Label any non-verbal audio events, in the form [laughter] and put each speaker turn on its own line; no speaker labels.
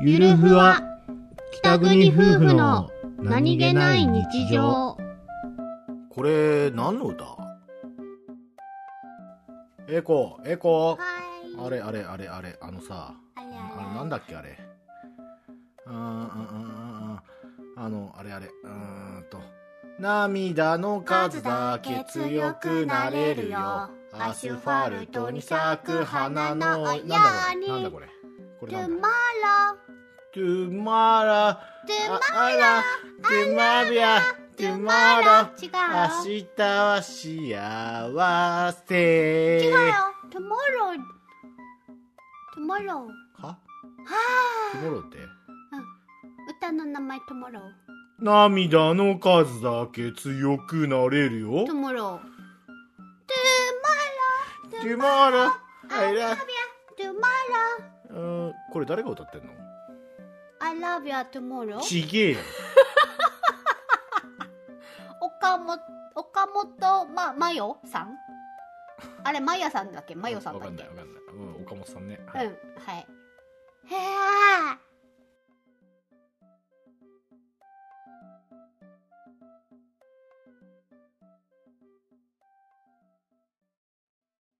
ゆるふわ北国夫婦の
これ何の歌エコエコ
はい
あれあれあれあれあのさ
あれ
あれなんだっけあれうーんうんうんうんうんあのあれあれうーんと涙の数だけ強くなれるよアスファルトに咲く花の
花の
なんだこれなんだこれこれ
トゥ
なんだ
マロ
トゥマラ
トゥマ
あらトゥマビアトゥマラ
違う
明
よ
日は幸せ
違うよトゥモロートゥモロー
は
は
トゥモローって
あ歌の名前トゥモロ
涙の数だけ強くなれるよ
ートゥモロートゥ
トゥ
モロー
マラ
ア
あら
ラビアトゥモロー
うんこれ誰が歌ってんの
I love you tomorrow.
ちげえよ
岡本、岡本ま、まよさんあれ、まやさんだっけまよさん
わ
だ
か
っ
んな
け
いわかんないうん岡本さんね
う
は
ん、はい [laughs] い。へ